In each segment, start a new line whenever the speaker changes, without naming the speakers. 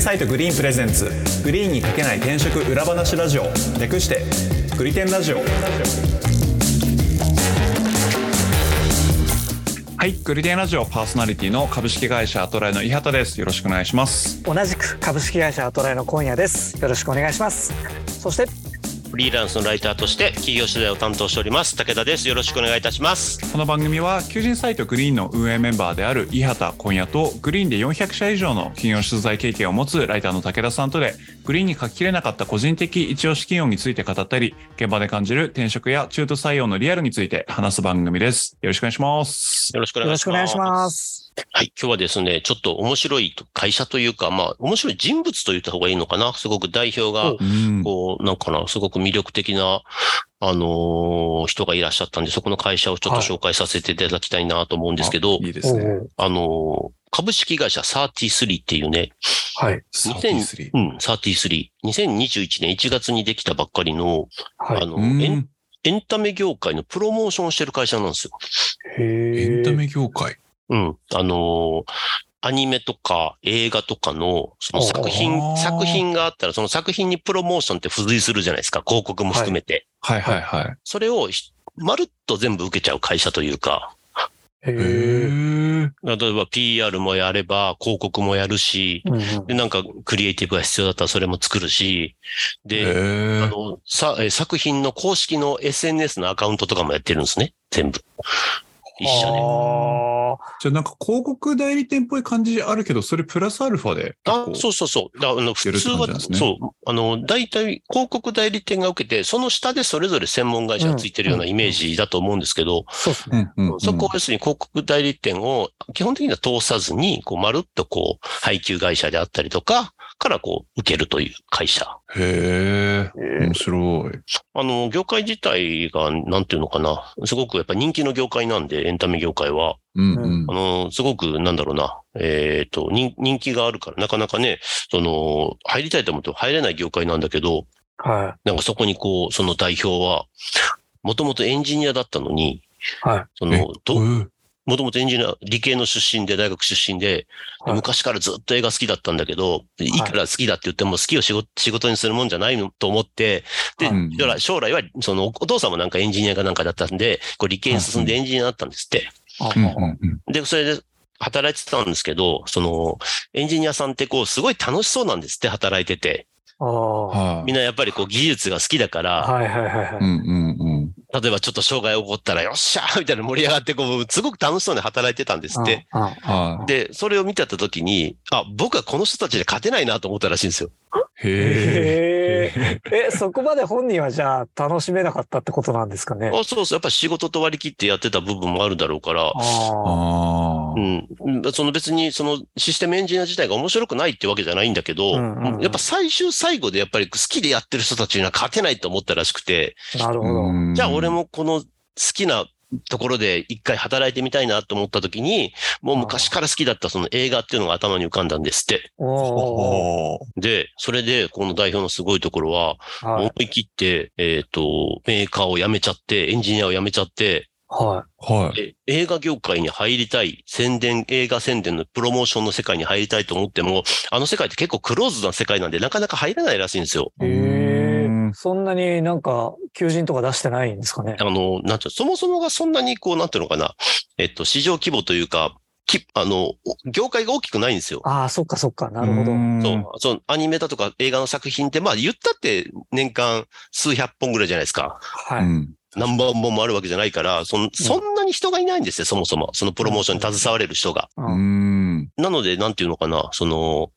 サイトグリーンプレゼンツグリーンにかけない転職裏話ラジオ略してグリテンラジオはいグリテンラジオパーソナリティの株式会社アトライの伊畑ですよろしくお願いします
同じく株式会社アトライの今夜ですよろしくお願いしますそして
フリーランスのライターとして企業取材を担当しております武田ですよろしくお願いいたします
この番組は求人サイトグリーンの運営メンバーである伊畑今夜とグリーンで400社以上の企業取材経験を持つライターの武田さんとでグリーンに書ききれなかった個人的一押し企業について語ったり現場で感じる転職や中途採用のリアルについて話す番組ですよろしくお願いします
よろしくお
よ
願
ろ
い
し
し
くお願
ま
いし
す
ます
はい今日はですねちょっと面白い会社というかまあ面白い人物と言った方がいいのかなすごく代表が
お
うん
こうなんかなすごく魅力的なあのー人がいらっしゃったんでそこの会社をちょっと紹介させていただきたいなと思うんですけど、
いいですね
あのー株式会社33っていうね、
はい
33
うん、33、2021年1月にできたばっかりの、
は
あ
い
の、
う
エン
ん
エンタメ業界のプロモーションをしてる会社なんですよ。
エン
へ
タ
ー
メ業界
うん。あのーアニメとか映画とかの、その作
あ
品、
ー
作品があったら、その作品にプロモーションって付随するじゃないですか、広告も含めて。
はいはいはい
それをひ、まるっと全部受けちゃう会社というか、
へ
へー
ー
例えば PR もやれば、広告もやるし、
うんうん
で、なんかクリエイティブが必要だったらそれも作るし、
へ
で、あ
ー
の、さ、えー作品の公式の SNS のアカウントとかもやってるんですね。全部。一社で。
あ
じゃあなんか広告代理店っぽい感じあるけどそれプラスアルファで
あ、
結構
そうそうそう。だあの、普
るって感
通
じ
は
なん、ですね
そう。あの、大体、広告代理店が受けて、その下でそれぞれ専門会社がついてるような
うん
イメージだと思うんですけど
ー、そうです
う
ね
んうんうん
そこを要するに広告代理店を基本的には通さずに、こう、まるっとこう、配給会社であったりとか、からこう、受けるという会社。
へえ
へー
面白い
あの、業界自体が、なんていうのかな。すごくやっぱ人気の業界なんで、エンタメ業界は。
うんうん
あの、すごく、なんだろうな、えっ、と人、人気があるから、なかなかね、その、入りたいと思っても入れない業界なんだけど、
は
なんかそこにこう、その代表は、もともとエンジニアだったのに、
いはい
そ
え
の、ど
うん
もともとエンジニア、理系の出身で、大学出身で、で
はい
昔からずっと映画好きだったんだけど、い、いから好きだって言っても、好きを仕事仕事にするもんじゃないのと思って、で、
うん
将来将来は、その、お父さんもなんかエンジニアかなんかだったんで、こう理系に進んでエンジニアだったんですって。
あ
うんうんうん
で、それで働いてたんですけど、その、エンジニアさんってこう、すごい楽しそうなんですって、働いてて。
あー
はい
みんなやっぱりこう、技術が好きだから、
はいはいはいは
う
い
んうん
例えばちょっと障害起こったら、よっしゃーみたいな盛り上がって、こう、すごく楽しそうに働いてたんですって。
あー
は
で、それを見てた時に、あ、僕はこの人たちで勝てないなと思ったらしいんですよ。
い。へ
へー
え。
えそこまで本人はじゃあ楽しめなかったってことなんですかね
あそうそう、やっぱ仕事と割り切ってやってた部分もあるだろうから、
あ
ああ
う。ん、うんその別にそのシステムエンジニア自体が面白くないってわけじゃないんだけど、
うんうんうん
やっぱ最終最後でやっぱり好きでやってる人たちには勝てないと思ったらしくて、
あなるほど
うん
じゃあ俺。もこの好きなところで一回働いてみたいなと思った時に、もう昔から好きだったその映画っていうのが頭に浮かんだんですって。
おー
おー
で、それでこの代表のすごいところは、
は
思
い
い切って、えっ、と、メーカーを辞めちゃって、エンジニアを辞めちゃって、
は
はい。
で映画業界に入りたい、宣伝、映画宣伝のプロモーションの世界に入りたいと思っても、あの世界って結構クローズな世界なんで、なかなか入れないらしいんですよ。
いへ
う
え
ん
そんなになんか求人とか出してないんですかね
あの、なんていうのそもそもがそんなにこう、なんていうのかな、えっと、市場規模というか、きあの、業界が大きくないんですよ。
ああ、そっかそっか、なるほど。
うん
そう、そう、アニメだとか映画の作品って、まあ言ったって年間数百本ぐらいじゃないですか。
は
う
い。
ん
何万本もあるわけじゃないから、そんそんなに人がいないんですよ、そもそも。そのプロモーションに携われる人が。
う
うんん。
なので、なんていうのかな、その、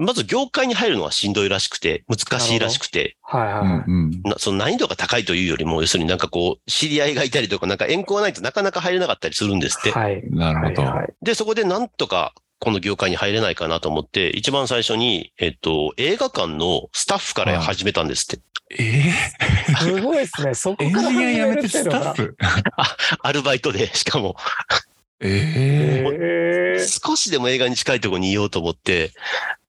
まず業界に入るのはしんどいらしくて、難しいらしくて、
はいは
う
い
ん
はい。
うん
なその難易度が高いというよりも、要するになんかこう、知り合いがいたりとか、なんか縁故がないとなかなか入れなかったりするんですって。
はい。
な
は
る
い
ほど。
はい。
で、そこでなんとかこの業界に入れないかなと思って、一番最初に、えっと、映画館のスタッフから始めたんですって。
え
すごいですね。そこ
えエ
か
ン
ら
ジニ
始
ア
め
辞め
る
て
っていう
ス
の
タ
が
ッ。フ。
アルバイトで、 しかも、
ええ。
へえ。
少しでも映画に近いところにいようと思って、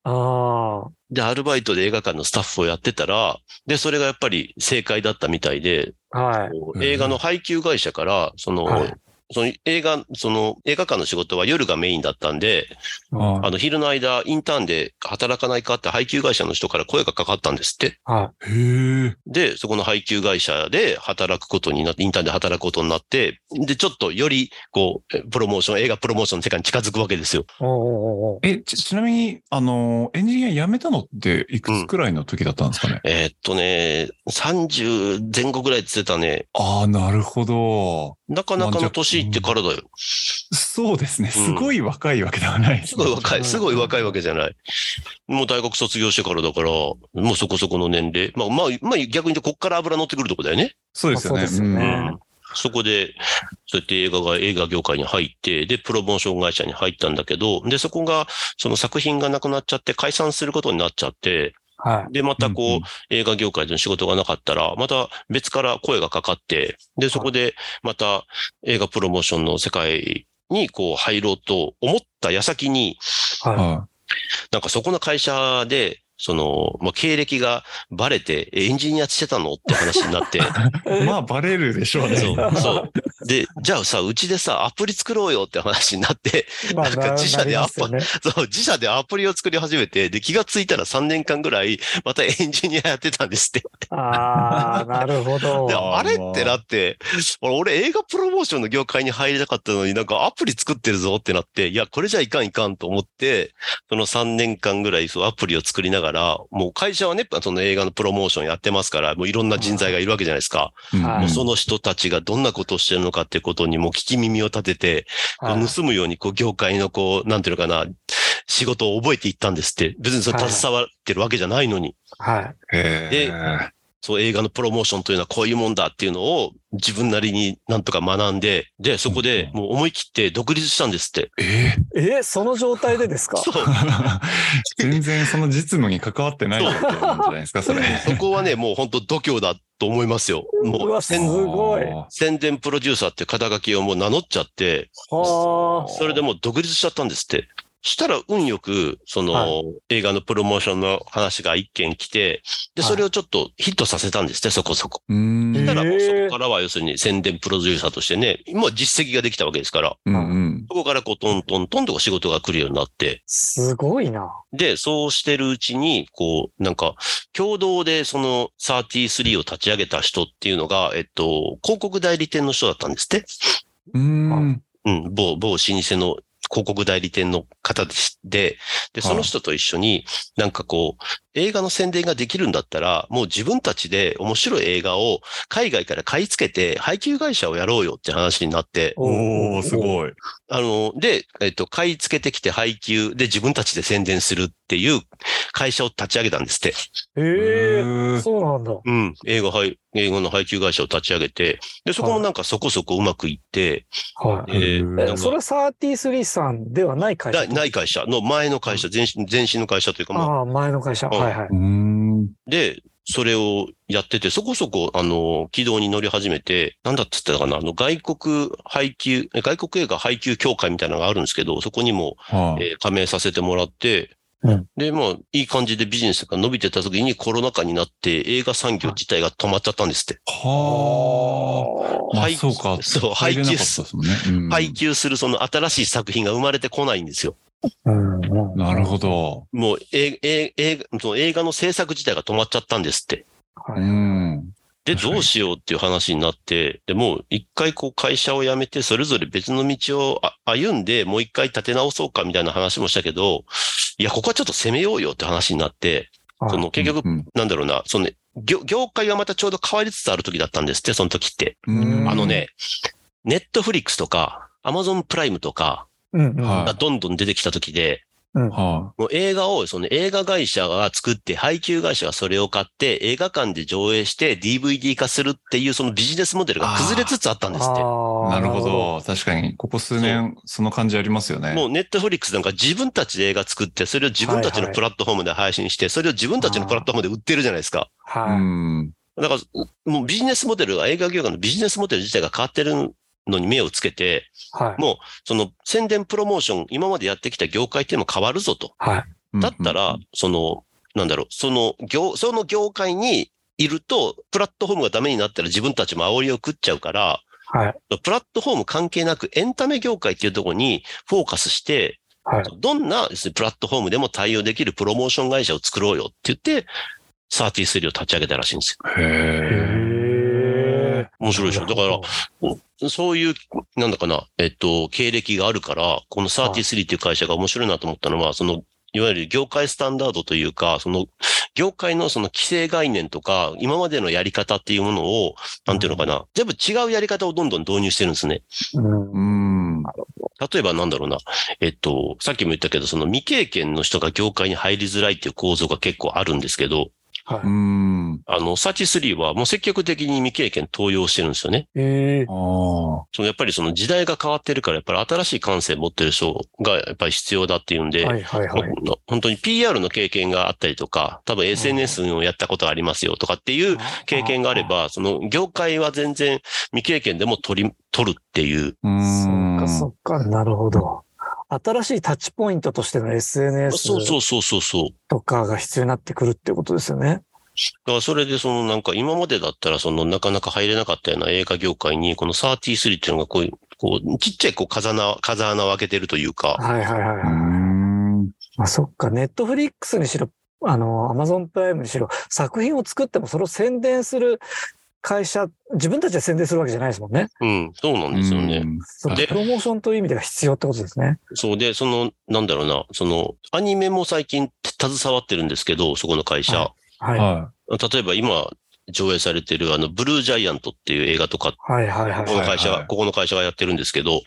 ああ。
で、アルバイトで映画館のスタッフをやってたら、で、それがやっぱり正解だったみたいで、
はい。
こう
うん
映画の配給会社から、その、
はい
その映画、その映画館の仕事は夜がメインだったんで、
あ
あの昼の間、インターンで働かないかって配給会社の人から声がかかったんですって。
は
へえ。
で、そこの配給会社で働くことになって、インターンで働くことになって、で、ちょっとより、こう、えプロモーション、映画プロモーションの世界に近づくわけですよ。
い。おうおうおう
え、ち、ちなみに、あの、エンジニア辞めたのっていくつくらいの時だったんですかね。
えーっとね、30前後ぐらいって言ってたね。
ああ、なるほど。
なかなかの年いってからだよ。
そうですね。すごい若いわけではないです
す
ね、
ごい若い、すごい若いわけじゃない。もう大学卒業してからだから、もうそこそこの年齢。まあまあ、まあ逆に言うとこっから油乗ってくるとこだよね。
そうですよね。
まあそうですよ
う
ね
ん
ん。そこで、そうやって映画が、映画業界に入って、で、プロモーション会社に入ったんだけど、で、そこが、その作品がなくなっちゃって解散することになっちゃって、
はい。
で、またこう、
うんうん
映画業界での仕事がなかったら、また別から声がかかって、で、そこでまた映画プロモーションの世界にこう入ろうと思った矢先に、
は
は
なんかそこの会社で、その、まあ、経歴がバレて、えエンジニアしてたのって話になって、
い。まあ、バレるでしょうね。
そう、そう。で、じゃあさ、うちでさ、アプリ作ろうよって話になって、
い。まあ、
なんか
な
自社で
なりますよね。
そう、自社でアプリを作り始めて、で、気がついたら3年間ぐらい、またエンジニアやってたんです って。
ああ、なるほど
で。
あー
あれってなって、俺俺映画プロモーションの業界に入りたかったのになんかアプリ作ってるぞってなって、いや、これじゃいかんいかんと思って、その3年間ぐらいそうアプリを作りながら、もう会社はね、その映画のプロモーションやってますから、もういろんな人材がいるわけじゃないですか。
うん
はい
もうその人たちがどんなことをしてるのかってことにもう聞き耳を立てて、こ
はいう
盗むようにこう業界のこう、なんていうのかな、仕事を覚えていったんですって。別にその
はい
携わってるわけじゃないのに。
はい。
へえ。
そう映画のプロモーションというのはこういうもんだっていうのを自分なりになんとか学んで、で、そこでもう思い切って独立したんですって。
えー
え、その状態でですか
そう。
全然その実務に関わってないってことなんじゃないですか、それ。
そこはね、もう本当度胸だと思いますよ。も
うわ
う
す
宣
ごい
あ
宣伝プロデューサーっていう肩書きをもう名乗っちゃって、
は
それでもう独立しちゃったんですって。したら運よく、その、
は
映画のプロモーションの話が一件来て、で、
はい
それをちょっとヒットさせたーんですね、そこそこ。
ーうーん。
したらもうそ
へー
こからは要するに宣伝プロデューサーとしてね、もう実績ができたわけですから、
うんうん。
そこからこうトントントンと仕事が来るようになって、
すごいな。
で、そうしてるうちに、こう、なんか、共同でその33を立ち上げた人っていうのが、えっと、広告代理店の人だったんですって。
うーん。
うん、某、某老舗の広告代理店の方でしで、で、その人と一緒に、なんかこう、映画の宣伝ができるんだったら、もう自分たちで面白い映画を海外から買い付けて、配給会社をやろうよって話になって、
おおす
い。
ごい。
あの、で、えっと、買い付けてきて配給で自分たちで宣伝するっていう会社を立ち上げたんですって。
え
う
え、
ー
そうなんだ。
うん。映画配、映画の配給会社を立ち上げて、で、そこもなんかそこそこうまくいって、
は
う
い。
ん
え
うん。
ー
え
なんか
それは33さんではない会社
ないない会社の前の会社、前身前身の会社というか、まあ、
ああ、前の会社。
うん
はいはいう
ーん。
で、それをやってて、そこそこ、あの、軌道に乗り始めて、なんだっつってたかな、あの、外国配給、え外国映画配給協会みたいなのがあるんですけど、そこにも、
はい。
えー加盟させてもらって、
うん
で、まあ、いい感じでビジネスが伸びてた時にコロナ禍になって映画産業自体が止まっちゃったんですって。
はあ。まあ
配
そうか。
そう
入れなか
配給
ったですもんね。うん
配給するその新しい作品が生まれてこないんですよ。
うんうん
なるほど。
もう、え、え、え、その映画の制作自体が止まっちゃったんですって。
は
う
い
ん。
で、
確かに
どうしようっていう話になって、でもう一回こう会社を辞めて、それぞれ別の道をあ歩んで、もう一回立て直そうかみたいな話もしたけど、いや、ここはちょっと攻めようよって話になって、
はい
その結局、
うん
なんだろうな、そのね業、業界がまたちょうど変わりつつある時だったんですって、その時って。
うん
あの。ね、ネットフリックスとか、アマゾンプライムとか
うんうん。
は
がどんどん出てきた時で、
は
もう映画を、その映画会社が作って、配給会社がそれを買って、映画館で上映して DVD 化するっていう、そのビジネスモデルが崩れつつあったんですって。
あ。
ああ
なるほ。ど。確かに、ここ数年、その感じありますよね。
もうネットフリックスなんか自分たちで映画作って、それを自分たちのプラットフォームで配信して、それを自分たちのプラットフォームで売ってるじゃないですか。
う
は
ん。
だから、もうビジネスモデルが、映画業界のビジネスモデル自体が変わってるのに目をつけて、
い。はい。
もその宣伝プロモーション、今までやってきた業界っていうのも変わるぞと。
はい。
うん
だったら、、その、なんだろう、その業、その業界にいると、プラットフォームがダメになったら自分たちも煽りを食っちゃうから、
はい。
プラットフォーム関係なくエンタメ業界っていうところにフォーカスして、
はい。
どんな要するにプラットフォームでも対応できるプロモーション会社を作ろうよって言って、33を立ち上げたらしいんです
へえ。
へえ。
よ。面白いでしょ。だから、そういう、なんだかな、えっと、経歴があるから、この33っていう会社が面白いなと思ったのは、その、いわゆる業界スタンダードというか、その、業界のその規制概念とか、今までのやり方っていうものを、なんていうのかな、全部違うやり方をどんどん導入してるんですね。
うん。
うん。
例えばなんだろうな、えっと、さっきも言ったけど、その未経験の人が業界に入りづらいっていう構造が結構あるんですけど、
は
うん。
あの、33はもう積極的に未経験登用してるんですよね。
い。ええ。
ああ。
そのやっぱりその時代が変わってるから、やっぱり新しい感性持ってる人がやっぱり必要だっていうんで、
はいはいはい。
まあ本当に PR の経験があったりとか、多分 SNS をやったことありますよとかっていう経験があれば、その業界は全然未経験でも取り、取るっていう、
う
あー。そっ
ん。。
かそっか、なるほど。新しいタッチポイントとしての
そうそ
SNS
うそうそうそう。
とかが必要になってくるってことですよね。
だからそれでそのなんか今までだったらそのなかなか入れなかったような映画業界にこの33っていうのがこういう、こう、ちっちゃいこう風穴、風穴を開けてるというか、
はいはいはいはいう
ん。
まあ、そっか、ネットフリックスにしろ、あの、アマゾンプライムにしろ、作品を作ってもそれを宣伝する会社、自分たちで宣伝するわけじゃないですもんね。
うん、そうなんですよね。
その
で
プロモーションという意味では必要ってことですね。
そうで、その、なんだろうな、その、アニメも最近携わってるんですけど、そこの会社。
う
は
ん。
い。
は
例えば今、上映されてるあの、ブルージャイアントっていう映画とか、
はいはいは
こ
い。
の会
は
社
いは
が、
い
ここの会社がやってるんですけど、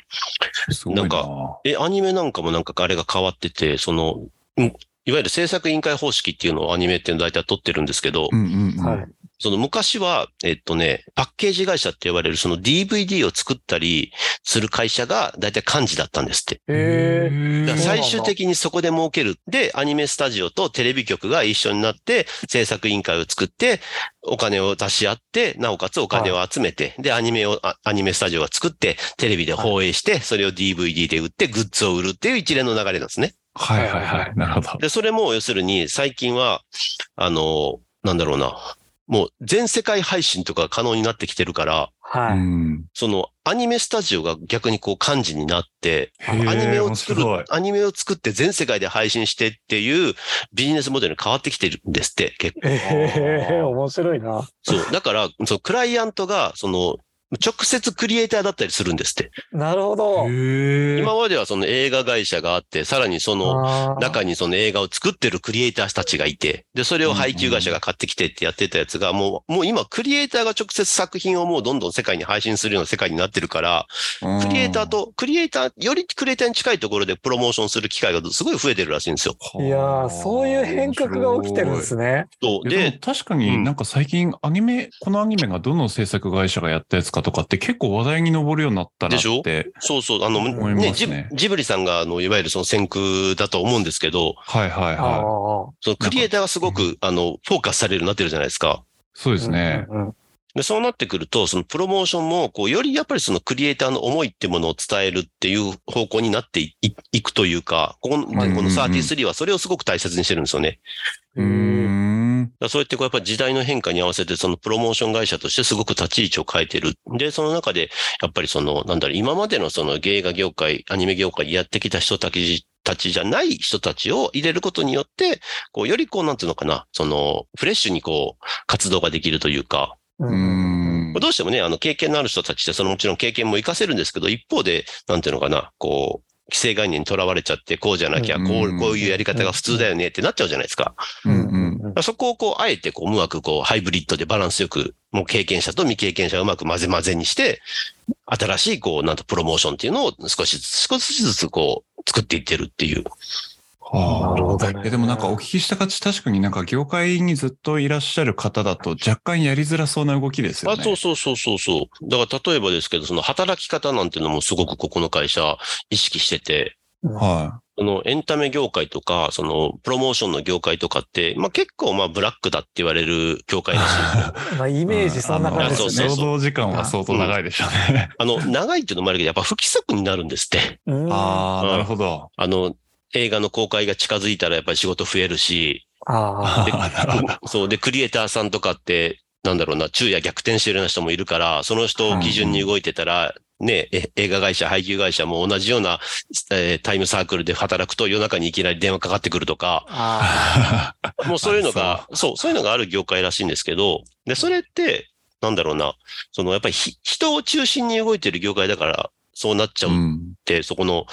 い。すごいな。
なんかえ、アニメなんかもなんかあれが変わってて、その、うんいわゆる制作委員会方式っていうのをアニメっていうのを大体取ってるんですけど、
うんうんうん。
はい。
その昔は、えっとね、パッケージ会社って呼ばれるその DVD を作ったりする会社が大体幹事だったんですって。
ええ
へー
だから最終的にそこで儲ける。で、アニメスタジオとテレビ局が一緒になって制作委員会を作ってお金を出し合って、なおかつお金を集めて、で、アニメを、あアニメスタジオが作ってテレビで放映して、それを DVD で売ってグッズを売るっていう一連の流れなんですね。
はいはいはい。なるほど。
で、それも要するに最近は、あの、なんだろうな、もう全世界配信とか可能になってきてるから、
う
はい。
ん。
そのアニメスタジオが逆にこう幹事になって、
ア
アニメを作る、アニメを作って全世界で配信してっていうビジネスモデルに変わってきてるんですって、結構。
ええ 面白いな。
そう。だから、そのクライアントが、その、直接クリエイターだったりするんですって。
なるほど。
へえ。
今まではその映画会社があって、さらにその
あー
中にその映画を作ってるクリエイターたちがいて、で、それを配給会社が買ってきてってやってたやつが、もう、もう今クリエイターが直接作品をもうどんどん世界に配信するような世界になってるから、クリエイターと、クリエイター、よりクリエイターに近いところでプロモーションする機会がすごい増えてるらしいんですよ。
うん。
いやーそういう変革が起きてるんですね。
そう。
で
で
も、確かになんか最近アニメ、このアニメがどの制作会社がやったやつかとかって結構話題に上るようになったな
でしょ
って。
そうそう、あの、
思い
ね
ま
ジ
す
ブ
ね
ジブリさんが、あの、いわゆるその先駆だと思うんですけど、
はいはい
あ
は
あ。
そのクリエイターがすご
な
く、あの、フォーカスされるようになってるじゃないですか。
い。そうですね。
うんうんうん。
で、そうなってくると、そのプロモーションも、こう、よりやっぱりそのクリエイターの思いってものを伝えるっていう方向になっていいいくというか、ここの、
うん
この33はそれをすごく大切にしてるんですよね。
うー
え
ん。
だからそうやってこうやっぱ時代の変化に合わせてそのプロモーション会社としてすごく立ち位置を変えてる。で、その中でやっぱりそのなんだろう、今までのその映画業界、アニメ業界でやってきた人たち、たちじゃない人たちを入れることによって、こうよりこうなんていうのかな、そのフレッシュにこう活動ができるというか、
う
うんーん。
どうしてもね、あの経験のある人たちってそのもちろん経験も活かせるんですけど、一方でなんていうのかな、こう、規制概念にとらわれちゃって、こうじゃなきゃ、こ
う
う、
ん
こういうやり方が普通だよねってなっちゃうじゃないですか。
うんうん。
うん
そこをこう、あえてこう、うまくこう、ハイブリッドでバランスよく、もう経験者と未経験者をうまく混ぜ混ぜにして、新しいこう、なんとプロモーションっていうのを少しずつ、少しずつこう、作っていってるっていう。
ああ
なるほどね
いやでもなんかお聞きした感じ、確かになんか業界にずっといらっしゃる方だと若干やりづらそうな動きですよ
あ
ね。
そうそうそうそうそう。だから例えばですけど、その働き方なんていうのもすごくここの会社意識してて、
は
そのエンタメ業界とか、そのプロモーションの業界とかって、まあ結構まあブラックだって言われる業 界らしいんですよ。
まあ、イ
い。
メージそんな感じです
う
よ
ん
ね
そうそ
労働時間は相当長いでしょうね。
あの、長いっていうのもあるけど、やっぱ不規則になるんですって。
うんあ
ああ、なるほど。
あの、映画の公開が近づいたらやっぱり仕事増えるし、
あ。
あーなるほど
そう。で、クリエイターさんとかって、なんだろうな、昼夜逆転してるような人もいるから、その人を基準に動いてたら、ね、え映画会社、配給会社も同じような、えータイムサークルで働くと夜中にいきなり電話かかってくるとか、
あ
もうそういうの
あ
が、そう、そういうのがある業界らしいんですけど、で、それって、なんだろうな、そのやっぱりひ人を中心に動いてる業界だから、そうなっちゃ
う
うっ
ん
て、そこの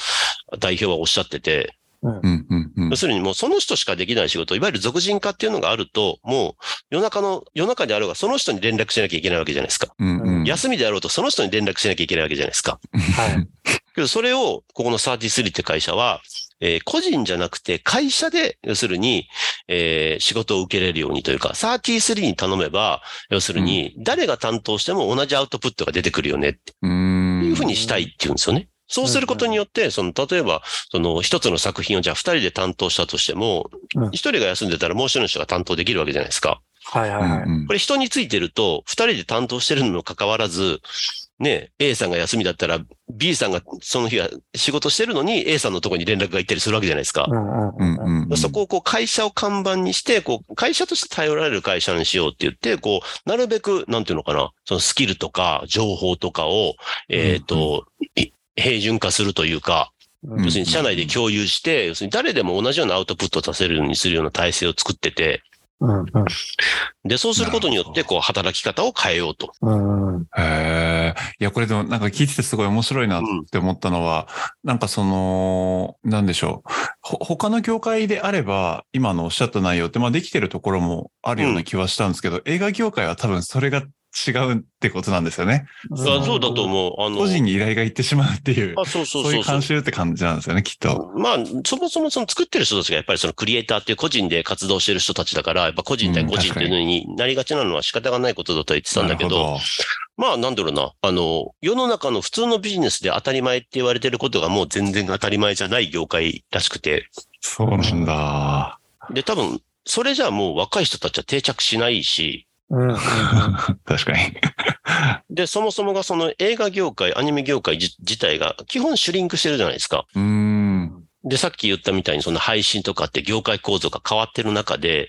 代表はおっしゃってて、
うんうんうん
要するにもうその人しかできない仕事、いわゆる俗人化っていうのがあると、もう夜中の、夜中であろうがその人に連絡しなきゃいけないわけじゃないですか。
うんうん
休みであろうとその人に連絡しなきゃいけないわけじゃないですか。
はい。
けどそれを、ここの33って会社は、えー個人じゃなくて会社で、要するに、えー仕事を受けれるようにというか、33に頼めば、要するに、誰が担当しても同じアウトプットが出てくるよねって
うん
いうふうにしたいっていうんですよね。そうすることによって、その、例えば、その、一つの作品をじゃあ二人で担当したとしても
うん、
一人が休んでたらもう一人の人が担当できるわけじゃないですか。
はいは
う
い
ん
はい。
うん
これ人についてると、二人で担当してるのにもかかわらず、ね、A さんが休みだったら、B さんがその日は仕事してるのに A さんのとこに連絡が行ったりするわけじゃないですか
う。んう
うん
ん
う
うん。
んうん
そこをこう会社を看板にして、こう会社として頼られる会社にしようって言って、こう、なるべく、なんていうのかな、そのスキルとか情報とかを、えっと、い平準化するというか、
うん
要するに社内で共有して、要するに誰でも同じようなアウトプットを出せるようにするような体制を作ってて、
うんうん
で、そうすることによって、こう働き方を変えようと。
うんうん
へえ。いや、これでもなんか聞いててすごい面白いなって思ったのは、なんかその、なんでしょう。ほ他の業界であれば、今のおっしゃった内容って、まあできてるところもあるような気はしたんですけど、映画業界は多分それが違うってことなんですよね。
あそうだと思う。あの、
個人に依頼がいってしまうっていう、
あそうそ
そ
う
う
そ
いうう
そう
慣習って感じなんですよね、きっと。
まあ、そもそもその作ってる人たちがやっぱりそのクリエイターっていう個人で活動してる人たちだから、やっぱ個人対個人っていうのになりがちなのは仕方がないことだとは言ってたんだけど、
なるほ
まあなんだろうな、あの、世の中の普通のビジネスで当たり前って言われてることがもう全然当たり前じゃない業界らしくて、
そうなんだ。
で、多分、それじゃあもう若い人たちは定着しないし、
うんうん
確かに。
で、そもそもがその映画業界、アニメ業界じ自体が基本シュリンクしてるじゃないですか。
うーん。
で、さっき言ったみたいにその配信とかって業界構造が変わってる中で、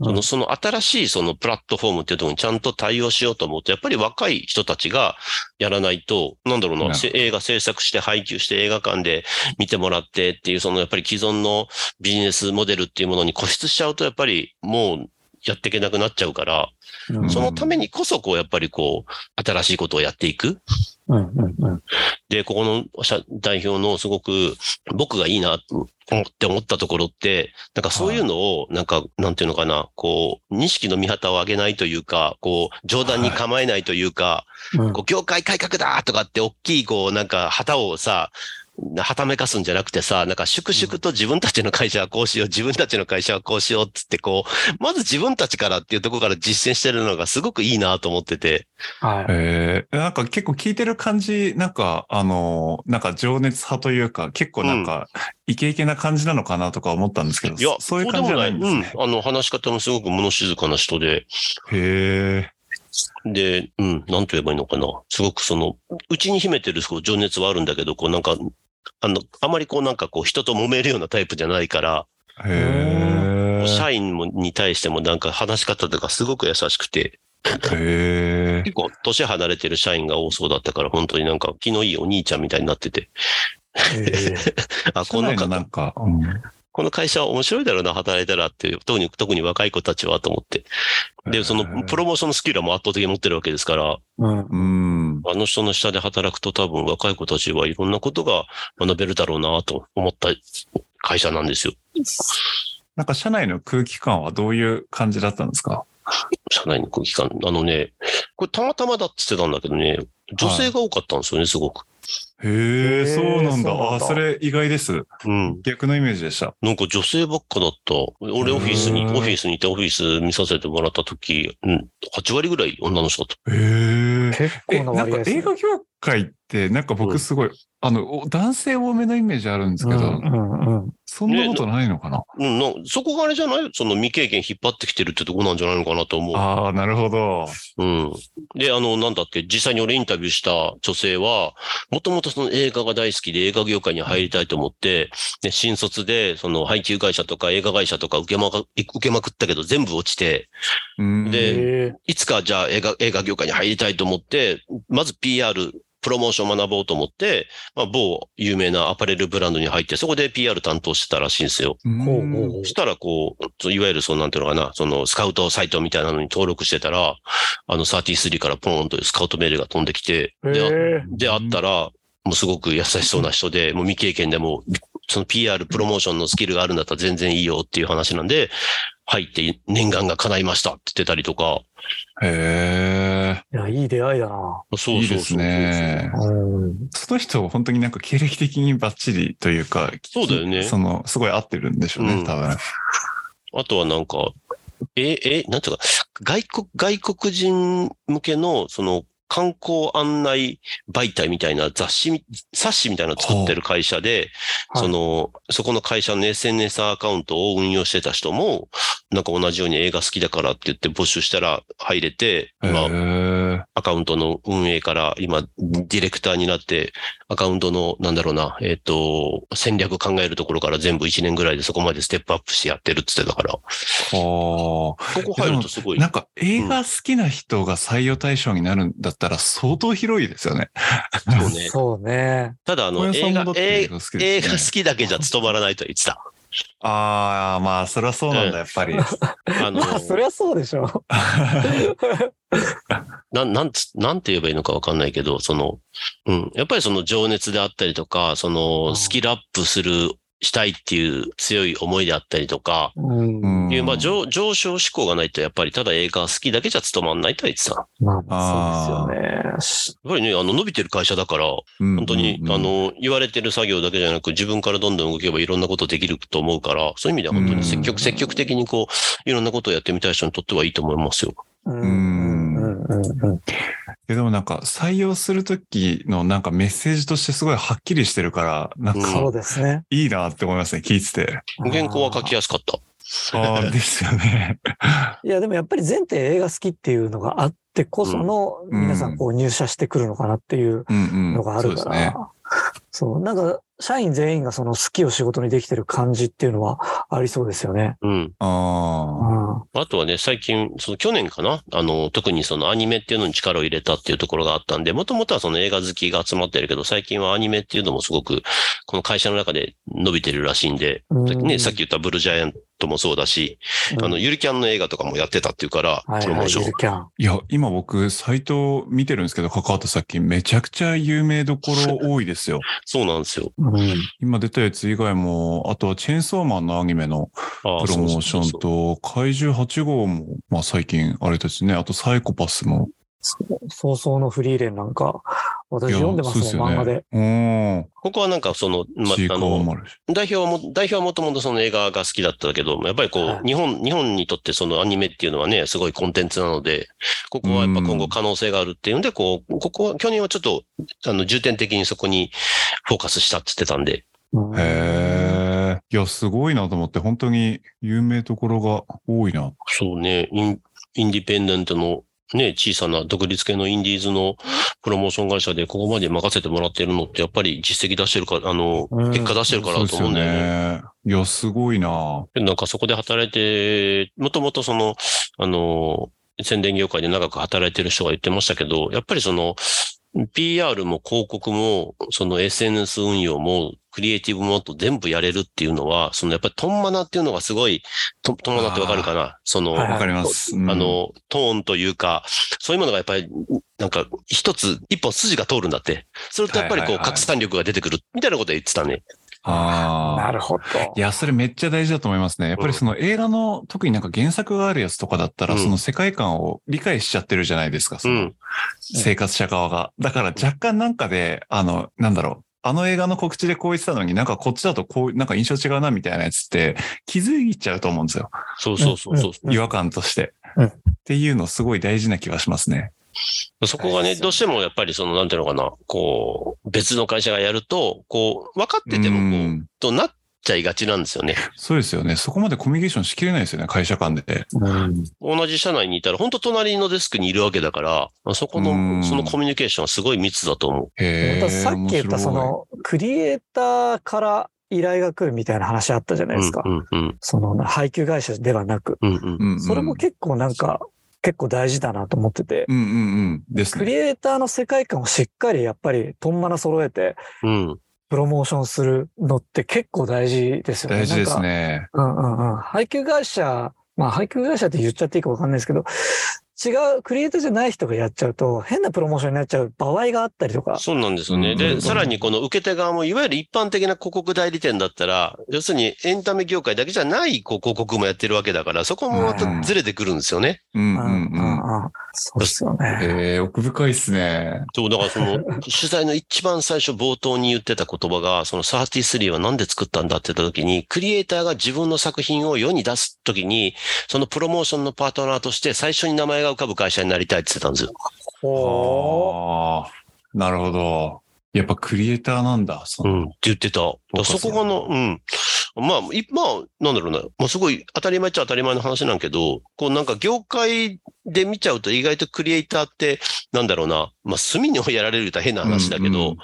うん
そのその新しいそのプラットフォームっていうところにちゃんと対応しようと思うと、やっぱり若い人たちがやらないと、なんだろう
な
な、
るほ
せ映画制作して配給して映画館で見てもらってっていう、そのやっぱり既存のビジネスモデルっていうものに固執しちゃうと、やっぱりもう、やっていけなくなっちゃうから、
うん
そのためにこそ、こう、やっぱりこう、新しいことをやっていく。
うんうんうん
で、ここの社代表のすごく僕がいいなって思ったところって、なんかそういうのを、なんか、なんていうのかな、こう、錦の見旗を上げないというか、こう、冗談に構えないというか、
うん
こう、業界改革だとかって、大きい、こう、なんか旗をさ、はためかすんじゃなくてさ、なんか粛々と自分たちの会社はこうしよう、自分たちの会社はこうしようっつってこう、まず自分たちからっていうところから実践してるのがすごくいいなと思ってて。
はい。
えー、なんか結構聞いてる感じ、なんか、あの、なんか情熱派というか、結構なんか、イケイケな感じなのかなとか思ったんですけど、
いや、
そういう感じじゃないんですね。
うん。あの、話し方もすごく物静かな人で、
へ
で、うん、なんと言えばいいのかな。すごくその、うちに秘めてるこう情熱はあるんだけど、こうなんか、あの、あまりこうなんかこう人と揉めるようなタイプじゃないから、
え。へえ。
社員もに対してもなんか話し方とかすごく優しくて、
へえ。
結構年離れてる社員が多そうだったから、本当になんか気のいいお兄ちゃんみたいになってて、
え
あ、
社
この
内
か
のなんか、うん
この会社は面白いだろうな、働いたらっていう、特に、特に若い子たちはと思って。で、そのプロモーションのスキルはもう圧倒的に持ってるわけですから、
えうん
うん。
あの人の下で働くと多分若い子たちはいろんなことが学べるだろうなと思った会社なんですよ。
なんか社内の空気感はどういう感じだったんですか
社内の空気感。あのね、これたまたまだって言ってたんだけどね、女性が多かったんですよね、すごく。
へ
へ
え、
ー
そうなんだ。
そうなんだ
あ、それ意外です。
うん。
逆のイメージでした。
なんか女性ばっかだった。俺
うん
オフィスに、オフィスにいてオフィス見させてもらった時、うん、8割ぐらい女の人だっ
へえ。
結
え、
構な
なん
割合
か
です
映
ね。
画業会って、なんか
うん
僕すごい、あの、お男性多めのイメージあるんですけど、
うんうん。
そんなことないのかな、
うん、なそこがあれじゃないその未経験引っ張ってきてるってとこなんじゃないのかなと思う。
ああ、なるほど。
うん。で、あの、なんだっけ、実際に俺インタビューした女性は、もともとその映画が大好きで映画業界に入りたいと思って、ね、新卒で、その配給会社とか映画会社とか受けまか、受けまくったけど全部落ちて、
うん
で
え
いつかじゃあ映画、映画業界に入りたいと思って、まず PR、プロモーションを学ぼうと思って、まあ、某有名なアパレルブランドに入って、そこで PR 担当してたらしいんですよ。
うん
ほうほうほ
そしたら、こうそう、いわゆる、そうなんていうのかな、その、スカウトサイトみたいなのに登録してたら、あの、33からポーンとスカウトメールが飛んできて、
う。
で、あ
え
で、あったら、もうすごく優しそうな人で、もう未経験でも、その PR、プロモーションのスキルがあるんだったら全然いいよっていう話なんで、入って念願が叶いましたって言ってたりとか。
へえ、
え。いや、いい出会いだな。
そうそうそう
いいですね。
うん。
その人、本当になんか経歴的にバッチリというか、
そうだよね
その、すごい合ってるんでしょうね、
うん
多分。
あとはなんか、え、え、なんていうか、外国、外国人向けの、その、観光案内媒体みたいな雑誌み、冊子みたいなの作ってる会社で、
はい
その、そこの会社の SNS アカウントを運用してた人も、なんか同じように映画好きだからって言って募集したら入れて、今、
へ
アカウントの運営から今、ディレクターになって、アカウントの、なんだろうな、えっ、と、戦略考えるところから全部1年ぐらいでそこまでステップアップしてやってるって言ってたから、
え、はあ。
ここ入るとすごい。
なんか映画好きな人が採用対象になるんだったら相当広いですよね。
そうね。
そうね。
ただ、あの、
小屋さ
映
んも
画
だっ、て映
映
画好きです、ね。
映画好きだけじゃ務まらないと言ってた。
ああ、まあ、そりゃそうなん
うん
だ、やっ ぱり。
あの、
まあ、そりゃそうでしょ。
なん、なんつ、なんて言えばいいのかわかんないけど、その、うん、やっぱりその情熱であったりとか、そ
うん
の、スキルアップする、したいっていう強い思いであったりとか、
うん。
うん
いう、まあ、上、上昇志向がないと、やっぱりただ映画好きだけじゃ務まんないとは言ってた。やっ
まあまあ、そうですよね。
ぱりね、あの、伸びてる会社だから、本
本
当に、あ、の、言われてる作業だけじゃなく、自分からどんどん動けばいろんなことできると思うから、そういう意味では本当に積
うん
極、積極的にこう、いろんなことをやってみたい人にとってはいいと思いますよ。
うんん。うん。うん。うん。
いやでもなんか採用するときのなんかメッセージとしてすごいはっきりしてるから、なん
うん
か
そうですね。
いいなって思いますね、聞いてて。
原稿は書きやすかった。
ああ、ですよね。
いや、でもやっぱり前提映画好きっていうのがあってこその、
うん
皆さんこう入社してくるのかなっていう
うんうん。
のがあるか
そう
ら、
ですね。
そうなんか、社員全員がその好きを仕事にできてる感じっていうのはありそうですよね。
うん。
ああ。
うん。
あとはね、最近、その去年かなあの、特にそのアニメっていうのに力を入れたっていうところがあったんで、もともとはその映画好きが集まってるけど、最近はアニメっていうのもすごく、この会社の中で伸びてるらしいんで、
うん
ね、さっき言ったブルージャイアントもそうだし、あの、ゆるキャンの映画とかもやってたっていうから、
はい
プロモ
は
ー
い、
シ
ゆ
ョン
るキャン。
いや、今僕、サイト見てるんですけど、関わったさっき、めちゃくちゃ有名どころ多いですよ。
そうなんですよ。
うん。
今出たやつ以外も、あとはチェーンソーマンのアニメの
プロ
プロモーションと、怪獣8号も、まあ最近あれたしね、あとサイコパスも。
早々のフリーレンなんか、私読んでます
いや
もん、漫画で。。
そうすよね
ここはなんかその、
うん。
ま
シーカ
あ
ー
の、
もあるし。
代表はも、代表はもともとその映画が好きだったけど、やっぱりこう、
はい
日本、日本にとってそのアニメっていうのはね、すごいコンテンツなので、ここはやっぱ今後可能性があるっていうんで、こう、ここは、去年はちょっと、あの、重点的にそこにフォーカスしたって言ってたんで、
うん
へえ。いや、すごいなと思って、本当に有名ところが多いな。
そうね、インインディペンデントのね、小さな独立系のインディーズのプロモーション会社でここまで任せてもらってるのって、やっぱり実績出してるから、あの、
うん
結果出してるから
そう
だ
で
と
す
思
よ
うんだよね。
ね。いや、すごいな。
なんかそこで働いて、もともとその、あの、宣伝業界で長く働いてる人が言ってましたけど、やっぱりその、PR も広告も、その SNS 運用も、クリエイティブもっと全部やれるっていうのは、そのやっぱりトンマナっていうのがすごい、トトンマナってわかるかなその、
はいはい
わかります。うん
あ、の、トーンというか、そういうものがやっぱり、なんか、一つ、一本筋が通るんだって。それとやっぱり
はい
こう、
はいはい
拡散力が出てくる、みたいなこと言ってたね。
な
ああ。
るほど。
いや、それめっちゃ大事だと思いますね。やっぱりその映画の、特になんか原作があるやつとかだったら、
うん
その世界観を理解しちゃってるじゃないですか。そうの
ん。
生活者側が。だから若干なんかで、あの、なんだろう。あの映画の告知でこう言ってたのになんかこっちだとこう、なんか印象違うなみたいなやつって気づいちゃうと思うんですよ。
そうそうそうそう。
うん
違和感として。
うん
っていうのすごい大事な気がしますね。
そこ
大事ですよ
がね、
ね
どうしてもやっぱりその、なんていうのかな、こう、別の会社がやると、こう、分かってて
う
も、こう、
ん
となっちゃいがちなんですよね。
そうですよね。そこまでコミュニケーションしきれないですよね、会社間で。
同じ社内にいたら、本当隣のデスクにいるわけだから、そ
う
こ
ん
の、そのコミュニケーションはすごい密だと思
へ
ま
え。
たさっき言ったそのクリエイターから依頼が来るみたいな話あったじゃ
う。
ないですか。
うんうん
その配給会社ではなく。
うんうん
面白い、うんうん
それも結構なんか結構大事だなと思ってて。
うんうんうん。です
ク
ね。
リエイターの世界観をしっかりやっぱりとんまな揃えて
うん。うん
プロモーションするのって結構大事ですよね。
大事です
なんか
ね。
うんうんうん。配給会社、まあ配給会社って言っちゃっていいかわかんないですけど、違うクリエイターじゃない人がやっちゃうと変なプロモーションになっちゃう場合があったりとか。
そうなんですよ
う
ね。
んうんう
で、
ん
さらにこの受け手側も、いわゆる一般的な広告代理店だったら、要するにエンタメ業界だけじゃないこう広告もやってるわけだから、そこもまたずれてくるんですよね。
うんう
うん
う
ん
ん。
うんうんそうですよね。
えー、奥深いっすね。
そう、だからその、取材の一番最初冒頭に言ってた言葉が、その33はなんで作ったんだって言った時に、クリエイターが自分の作品を世に出す時に、そのプロモーションのパートナーとして最初に名前が浮かぶ会社になりたいって言ってたんですよ。
ほ
あーなるほど。やっぱクリエイターなんだ。そうの
ん、って言ってた。だからそこがの、うん。まあ、いまあ、なんだろうな。まあ、すごい当たり前っちゃ当たり前の話なんけど、こうなんか業界で見ちゃうと意外とクリエイターって、なんだろうな。まあ、隅に追いやられると変な話だけど、
うんうん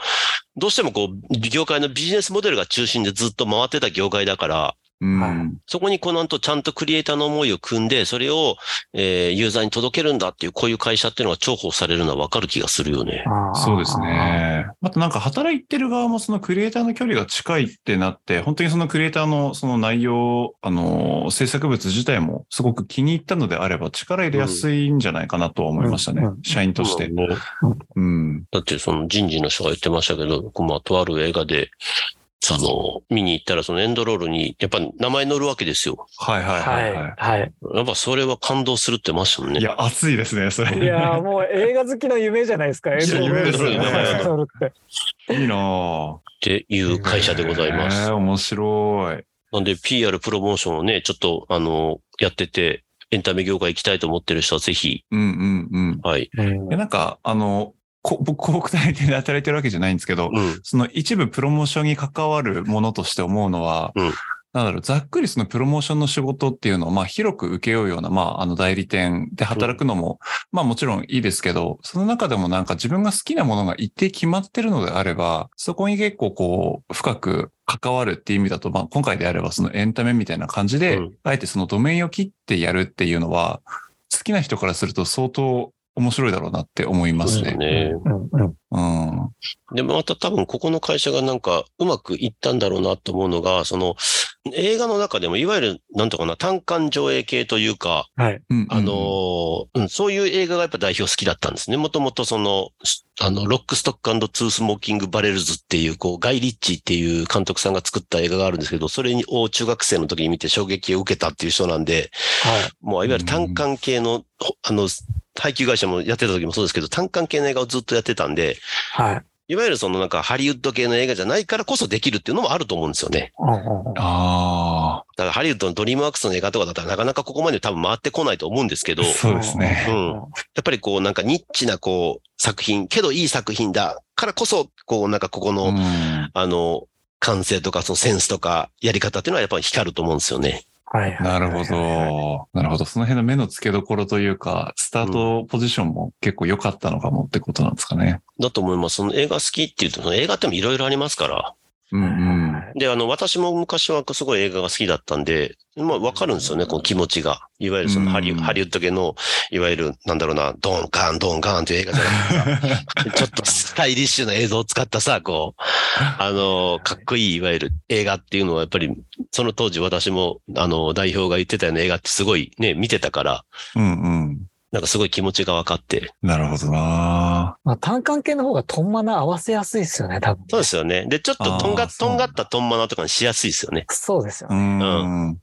どうしてもこう、業界のビジネスモデルが中心でずっと回ってた業界だから、
うん
はい
そこにこの後ちゃんとクリエイターの思いを組んで、それを、えーユーザーに届けるんだっていう、こういう会社っていうのが重宝されるのはわかる気がするよね。
あー
そうです。ね。またなんか働いてる側もそのクリエイターの距離が近いってなって、本当にそのクリエイターのその内容、あの、制作物自体もすごく気に入ったのであれば力入れやすいんじゃないかなとは思いましたね。
うんうん
社員として。
そうだね
うん。
だってその人事の人が言ってましたけど、僕もとある映画で、その、見に行ったらそのエンドロールに、やっぱ名前載るわけですよ。
はいはいは、
はいい
はい。。
はい。
やっぱそれは感動するって言ってましたもんね。
い、や、熱いですね、それ。
いやーもう映画好きの夢じゃないですか。映像
夢ですよね
って。
いいなぁ。
っていう会社でございま
へ
す
ー。面白い。
なんで PR プロモーションをね、ちょっと、あの、やってて、エンタメ業界行きたいと思ってる人はぜひ、
うんうんうん。
はい。
いやなんか、あの、こ僕、広告代理店で働いてるわけじゃないんですけど、
うん。
その一部プロモーションに関わるものとして思うのは、
うん
なんだろう、ざっくりそのプロモーションの仕事っていうのを、まあ、広く請け負うような、まあ、あの代理店で働くのも、まあもちろんいいですけど、その中でもなんか自分が好きなものが一定決まってるのであれば、そこに結構こう、深く関わるっていう意味だと、まあ今回であればそのエンタメみたいな感じで、
うん
あえてそのドメインを切ってやるっていうのは、好きな人からすると相当面白いだろうなって思いますね。
ね。
うんうん
うん。
で、また多分ここの会社がなんかうまくいったんだろうなと思うのが、その映画の中でもいわゆるなんとかな単館上映系というか、
はい。
うんうん
あのーうんそういう映画がやっぱ代表好きだったんですね。もともとその、しあの、ロックストックツースモーキングバレルズっていう、こう、ガイ・リッチーっていう監督さんが作った映画があるんですけど、それを中学生の時に見て衝撃を受けたっていう人なんで、
はい。
もういわゆる単管系の、ほあの、配給会社もやってた時もそうですけど、単管系の映画をずっとやってたんで、
はい。
いわゆるそのなんかハリウッド系の映画じゃないからこそできるっていうのもあると思うんですよね。
うんうんうん
あ
だからハリウッドのドリームワークスの映画とかだったらなかなかここまで多分回ってこないと思うんですけど、
あ、
や
そうですね。
うんっぱりこうなんかニッチなこう作品、けどいい作品だからこそ、こうなんかここの、
うん
あの、感性とかそのセンスとかやり方っていうのはやっぱり光ると思うんですよね。
はいはい
なるほど。なるほど。その辺の目の付けどころというか、スタートポジションも結構良かったのかもってことなんですかね。
だと思います。その映画好きっていうと、その映画ってもいろいろありますから。
うんうん。
で、あの、私も昔はすごい映画が好きだったんで、まあ、わかるんですよね、この気持ちが。いわゆるそのハリ,、
うん
ハリウッド系の、いわゆる、なんだろうな、ドンガン、ドンガンっていう映画じゃなく てさ、ちょっとスタイリッシュな映像を使ったさ、こ う、あの、かっこいい、いわゆる映画っていうのは、やっぱり、その当時私も、あの、代表が言ってたような映画ってすごいね、見てたから、
うんうん。
なんかすごい気持ちが分かって。
なるほどな
まあ、単関係の方がとんまな合わせやすいですよね、多分。
そうですよね。で、ちょっととん
あ
が、
ーそう
とんがったトンマナとかにしやすいですよね。
そうですよ
う
ね。
ん。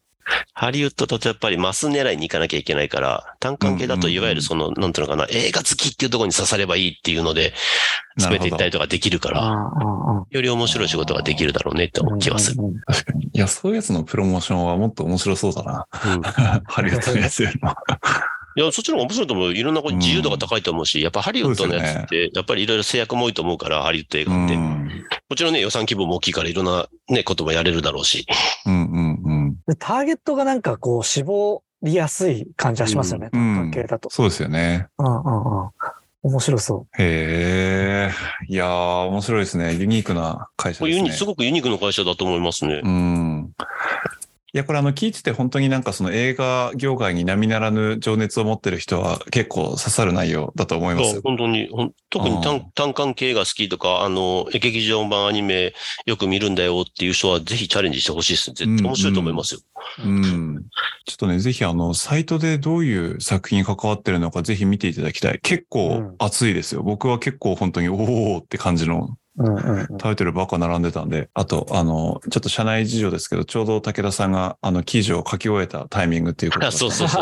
ハリウッドだとやっぱりマス狙いに行かなきゃいけないから、単管系だといわゆるその、なんていうのかな、映画好きっていうところに刺さればいいっていうので、
な
詰
る
め
ほ
てい
ど
った。りとかできるから、
あ
より面白い仕事ができるだろうねって思う気はする。
る。うんうん
確かに。 いや、そういうやつのプロモーションはもっと面白そうだな。
うん
ハリウッドのやつよりも。
いや、そっちの方が面白いと思うよ。いろんなこ
う
と
ん
自由度が高いと思うし、やっぱハリウッドのやつって、やっぱりいろいろ制約も多いと思うから、ハリウッド映
う
画って。
ん
もちろんね、予算規模も大きいから、いろんなね、こともやれるだろうし。
うんうんうん
でターゲットがなんかこう絞りやすい感じはしますよね。
うんうん
関係だと。
そうですよね。
うんうんうん。面白そ
へえ。いやー、面白いですね。ユニークな会社
これ
です
ユ
ね。
ニすごくユニークな会社だと思いますね。
うん。いや、これあの、聞いてて本当になんかその映画業界に並ならぬ情熱を持ってる人は結構刺さる内容だと思いま
そう
す。
本当に、ほん特に
うん
単単関系が好きとか、あの、劇場版アニメよく見るんだよっていう人は、ぜひチャレンジしてほしいです。絶対面白いと思いますよ。
うん。ちょっとね、ぜひあの、サイトでどういう作品に関わってるのかぜひ見ていただきたい。結構熱いですよ。僕は結構本当におーって感じの
う。うんうんうん。
タイトルばっか並んでたんで、あと、あの、ちょっと社内事情ですけど、ちょうど武田さんが、あの、記事を書き終えたタイミングっていうことだったんで
あそうそ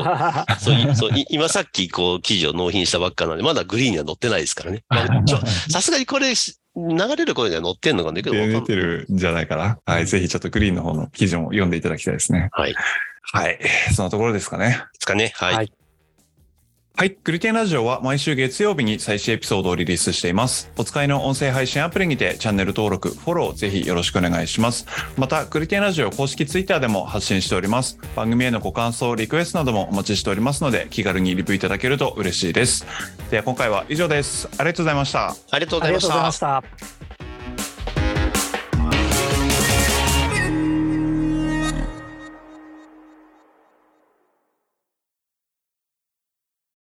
ういそうい今さっき、こう、記事を納品したばっかなんで、まだグリーンには載ってないですからね。ま あちょ さすがにこれ、し流れる声には載ってんのかね、けどわかんな
出
い
てるんじゃないかな。はい。ぜひちょっとグリーンの方の記事も読んでいただきたいですね。
はい。で
はい。そのところですかね。
すかね。はい。
はい
はい。グリテンラジオは毎週月曜日に最新エピソードをリリースしています。お使いの音声配信アプリにてチャンネル登録、フォローぜひよろしくお願いします。また、グリテンラジオ公式ツイッターでも発信しております。番組へのご感想、リクエストなどもお待ちしておりますので、気軽にリプいただけると嬉しいです。では、今回は以上です。ありがとうございました。
ありがとうご
あ
ざい
り
ま
が
し
とうござい
た
まし。た。